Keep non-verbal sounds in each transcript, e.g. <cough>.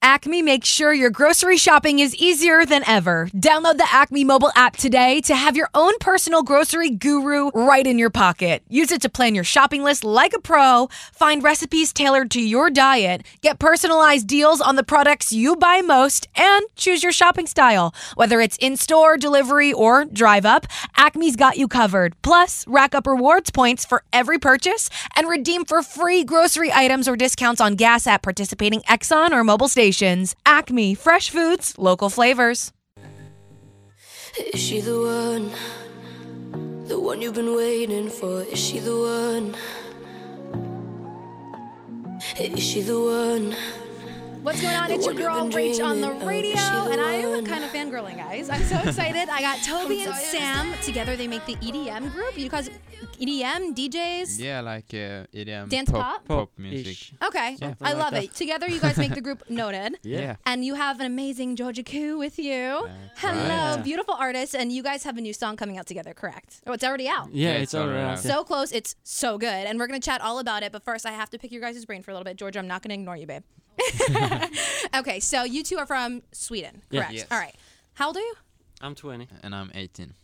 Acme makes sure your grocery shopping is easier than ever. Download the Acme mobile app today to have your own personal grocery guru right in your pocket. Use it to plan your shopping list like a pro, find recipes tailored to your diet, get personalized deals on the products you buy most, and choose your shopping style. Whether it's in store, delivery, or drive up, Acme's got you covered. Plus, rack up rewards points for every purchase and redeem for free grocery items or discounts on gas at participating Exxon or mobile stations. Acme, fresh foods, local flavors. Is she the one? The one you've been waiting for? Is she the one? Is she the one? What's going on? It's your one you've girl been Rach on the dreaming of. radio, Is she the and I one? am kind of fangirling, guys. I'm so excited. I got Toby and Sam together. They make the EDM group. You guys, E EDM DJs. Yeah, like uh, EDM, Dance pop, pop? pop music. Okay, I love it. Together, you guys make the group Noted. Yeah. And you have an amazing Georgia Koo with you. Hello, beautiful artist. And you guys have a new song coming out together, correct? Oh, it's already out. Yeah, it's it's all already around. out. So close, it's so good. And we're going to chat all about it. But first, I have to pick your guys' brain for a little bit. Georgia, I'm not going to ignore you, babe. <laughs> okay, so you two are from Sweden, Yeah. correct? Yes. All right. How old are you? I'm 20. And I'm 18.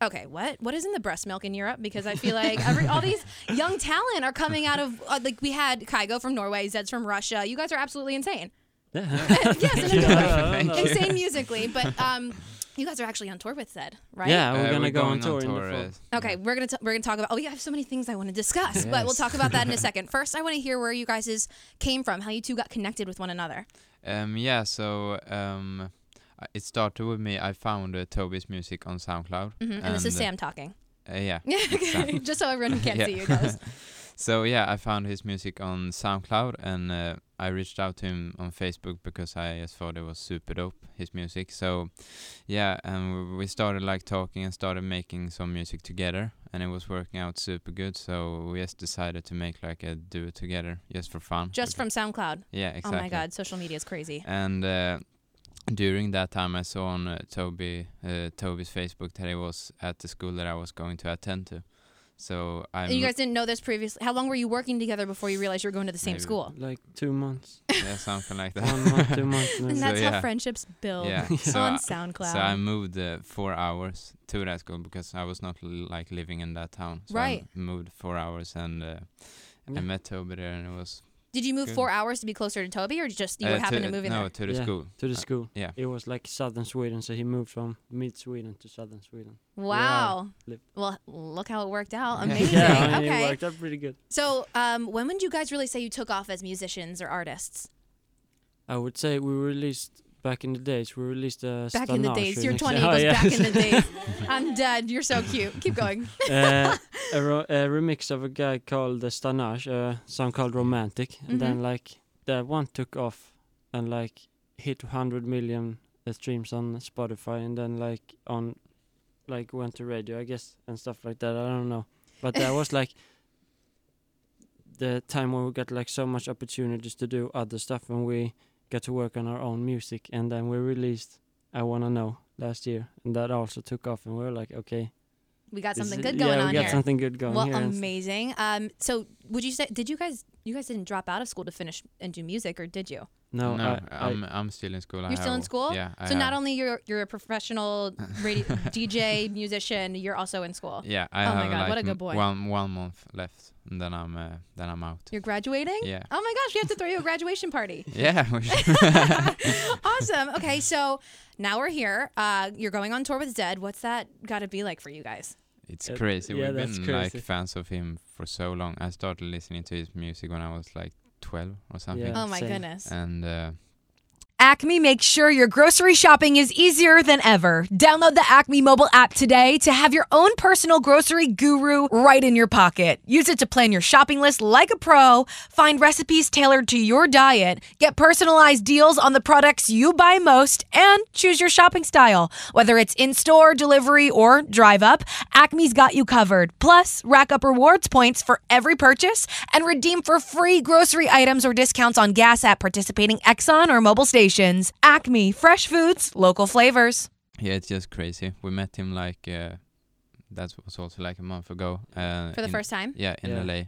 Okay, what what is in the breast milk in Europe? Because I feel like every, all these young talent are coming out of uh, like we had Kygo from Norway, Zed's from Russia. You guys are absolutely insane. yes, in a good way. <laughs> Thank you. insane musically, but um, you guys are actually on tour with Zed, right? Yeah, Uh, we're gonna go on going tour in the fall. as- Okay, we're gonna t- we're gonna talk about. Oh, yeah, I have so many things I want to discuss, but we'll talk about that <laughs> in a second. First, I want to hear where you guys came from, how you two got connected with one another. Um, yeah, so um, I- it started with me. I found uh, Toby's music on SoundCloud. hmm And, this is uh, Sam talking. <laughs> Uh, yeah. Yeah, it's Sam. okay. Just so everyone can't <laughs> Yeah. see you guys. So yeah, I found his music on SoundCloud, and uh, I reached out to him on Facebook because I just thought it was super dope his music. So yeah, and w- we started like talking and started making some music together, and it was working out super good. So we just decided to make like a duo together just for fun. Just because- from SoundCloud. yeah, exactly. Oh my God, social media is crazy. And uh, during that time, I saw on uh, Toby uh, Toby's Facebook that he was at the school that I was going to attend to. So I you guys didn't know this previously. How long were you working together before you realized you were going to the same Maybe. school? Like two months. yeah, something like that. One month, two months. <laughs> And So, that's how yeah. friendships build Yeah. So on I, <laughs> SoundCloud. so I moved uh, four hours to that school because I was not l- like living in that town. So I Right. m- moved four hours and uh, I Yeah. met Toby there and it was Did you move Good. four hours to be closer to Toby, or just you uh, happened to uh, move in no there? to the Yeah, school. To the Uh, school. yeah. It was like southern Sweden, so he moved from mid Sweden to southern Sweden. Wow. Live- Well, look how it worked out. Yeah. <laughs> <laughs> Amazing. Yeah, I mean, it okay. worked out pretty good. So, um, when would you guys really say you took off as musicians or artists? I would say we released back in the days. We released uh, a Back in the Stanar days. shoe You're next- <laughs> 20 Oh, goes yeah. back in the <laughs> days. I'm dead. You're so cute. Keep going. uh, a, ro- a remix of a guy called the Stanage, a song called Romantic, and then like that one took off and like hit 100 million uh, streams on Spotify, and then like on like went to radio, I guess, and stuff like that. I don't know, but that was like the time when we got like so much opportunities to do other stuff, and we got to work on our own music, and then we released I Wanna Know last year, and that also took off, and we were like, okay. We got This something is- good yeah, going we on got here. something good going well, here. and- amazing. Um, so, would you say did you guys you guys didn't drop out of school to finish and do music, or did you? No, um, no, I, am I'm still in school. I You're still in have- school? Yeah. I so not have- only you're you're a professional radio DJ musician, you're also in school. Yeah, I Oh my have God, like what a good m- boy. one one month left, and then I'm uh, then I'm out. You're graduating. <laughs> Yeah. Oh my gosh, we have to throw you a graduation <laughs> <laughs> party. Yeah, <laughs> we should- awesome. Okay, so now we're here. Uh, you're going on tour with Zed. What's that got to be like for you guys? it's Uh, crazy. yeah, We've been that's crazy. like fans of him for so long. I started listening to his music when I was like 12 or something, Yeah. Oh my Insane. goodness. and uh, Acme makes sure your grocery shopping is easier than ever. Download the Acme mobile app today to have your own personal grocery guru right in your pocket. Use it to plan your shopping list like a pro, find recipes tailored to your diet, get personalized deals on the products you buy most, and choose your shopping style. Whether it's in store, delivery, or drive up, Acme's got you covered. Plus, rack up rewards points for every purchase and redeem for free grocery items or discounts on gas at participating Exxon or mobile stations. Acme, fresh foods, local flavors. yeah, it's just crazy. We met him like uh, that was also like a month ago. Uh, For the in- first time? Yeah, in Yeah. LA,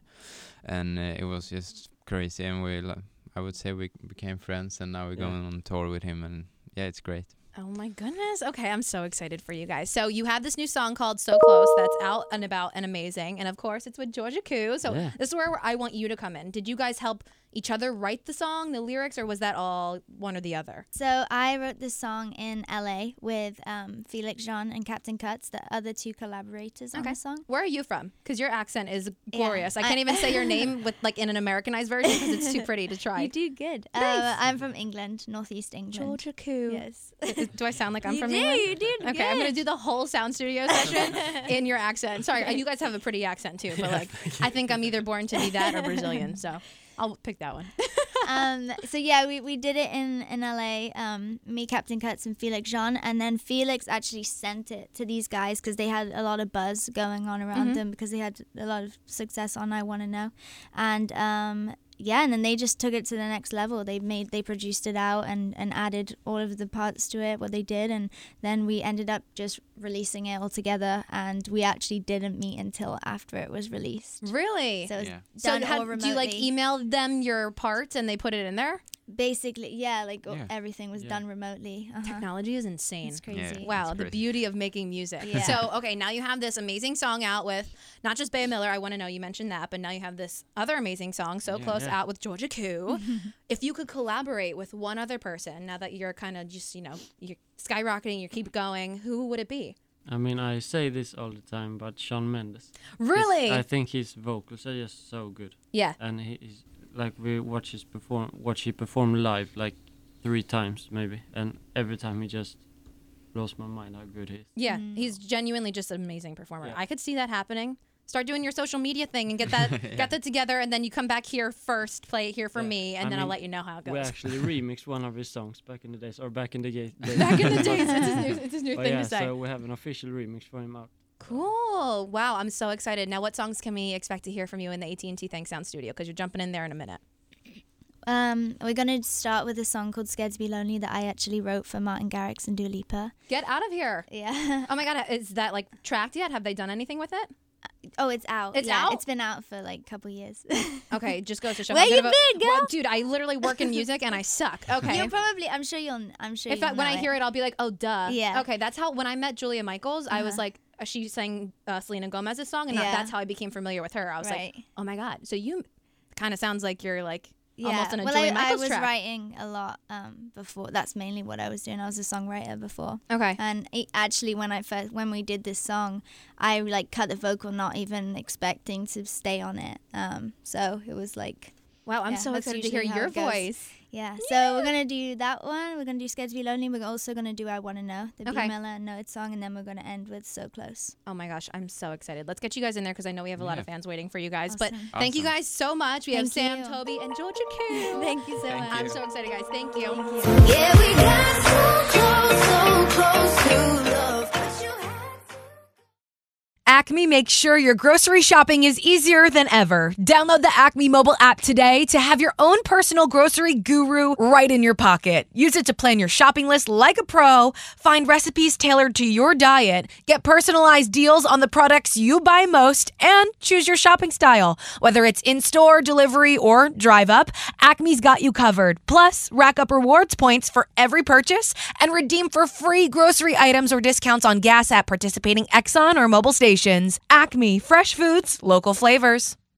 and uh, it was just crazy, and we. Lo- I I would say we became friends, and now we're Yeah. going on tour with him, and yeah, it's great. Oh my goodness. Okay, I'm so excited for you guys. So you have this new song called So Close that's out and about and amazing. And of course, it's with Georgia Koo. So Yeah. this is where I want you to come in. Did you guys help each other write the song, the lyrics, or was that all one or the other? So I wrote this song in LA with um, Felix Jean and Captain Cuts, the other two collaborators on Okay. the song. Where are you from? Because your accent is Yeah, glorious. I I- can't even say <laughs> your name with like in an Americanized version because it's too pretty to try. You do good. Uh, Nice. I'm from England, northeast England. Koo. <laughs> Yes. Do I sound like I'm <laughs> you from do, England? you did Okay, I'm gonna do the whole sound studio <laughs> session <laughs> in your accent. Sorry, you guys have a pretty accent too, but like I think I'm either born to be that or Brazilian, so I'll pick that one. <laughs> um, so yeah, we, we did it in in LA. Um, me, Captain Cuts, and Felix Jean, and then Felix actually sent it to these guys because they had a lot of buzz going on around Mhm. them because they had a lot of success on I Want to Know, and um, yeah, and then they just took it to the next level. They made they produced it out and and added all of the parts to it, what they did, and then we ended up just releasing it all together. And we actually didn't meet until after it was released. Really? So it was Yeah. So done all how, do you like remotely. email them your parts and they put it in there? Basically, yeah, like o- Yeah. everything was Yeah. done remotely. Uh-huh. Technology is insane. It's crazy. Wow, It's the crazy. beauty of making music. Yeah. So, okay, now you have this amazing song out with not just Bea Miller, I want to know, you mentioned that, but now you have this other amazing song, So Yeah. Close Yeah. Out with Georgia Koo. <laughs> if you could collaborate with one other person, now that you're kind of just, you know, you're skyrocketing, you keep going, who would it be? I mean, I say this all the time, but Sean Mendes. He's- Really? I think his vocals are just so good, yeah. and he- he's like we watch his perform, watch he perform live like three times maybe, and every time he just blows my mind how good he is. Yeah. Mm-hmm. Mm. He's genuinely just an amazing performer. Yeah. I could see that happening. Start doing your social media thing and <laughs> get that get that together and then you <laughs> come back here first, play it here for Yeah. me, and I then I'll mean, let you know how it We goes. actually remixed one of his songs back in the days, or back in the <laughs> ga- days. Back in the days, it's his new, it's his new But thing yeah, to say. so we have an official remix for him out. Cool. Wow, I'm so excited. Now, what songs can we expect to hear from you in the AT&T Thank Sound Studio? Because you're jumping in there in a minute. Um, we're gonna start with a song called "Scared to Be Lonely" that I actually wrote for Martin Garrix and Dua Lipa. Get out of here. Yeah. Oh my God, is that like tracked yet? Have they done anything with it? <laughs> oh, it's out. It's yeah, out? It's been out for like a couple years. <laughs> Okay, just goes to show. Where how good you of a- been, Well, girl? dude, I literally work in music and I <laughs> suck. Okay. You'll probably. I'm sure you'll. I'm sure. if you'll I, when know I hear it, I'll be like, oh, duh. Yeah. Okay, that's how when I met Julia Michaels, I was Uh-huh. like, uh, she sang uh, Selena Gomez's song, and Yeah. that's how I became familiar with her. I was like, Right. oh my God. So you kind of sounds like you're like yeah. almost in a well, Julia I, I Michaels was track. writing a lot um, before. That's mainly what I was doing. I was a songwriter before. Okay. And it, actually, when I first when we did this song, I like cut the vocal, not even expecting to stay on it. Um, so it was like Wow, I'm Yeah, so that's excited to hear usually how your it goes. voice. Yeah, so we're gonna do that one. We're gonna do Scared to Be Lonely. We're also gonna do I Wanna Know, the Okay. B Miller and Noted song, and then we're gonna end with So Close. Oh my gosh, I'm so excited. Let's get you guys in there because I know we have a lot of fans waiting for you guys. But Awesome. thank you Awesome. guys so much. We have Thank Sam, you. Toby, and Georgia Koo. <laughs> Thank you so Thank much. you. I'm so excited, guys. Thank you. Yeah, we got so close, so close to love, but you had to. Acme makes sure your grocery shopping is easier than ever. Download the Acme mobile app today to have your own personal grocery guru right in your pocket. Use it to plan your shopping list like a pro, find recipes tailored to your diet, get personalized deals on the products you buy most, and choose your shopping style. Whether it's in store, delivery, or drive up, Acme's got you covered. Plus, rack up rewards points for every purchase and redeem for free grocery items or discounts on gas at participating Exxon or mobile stations. Acme, fresh foods, local flavors.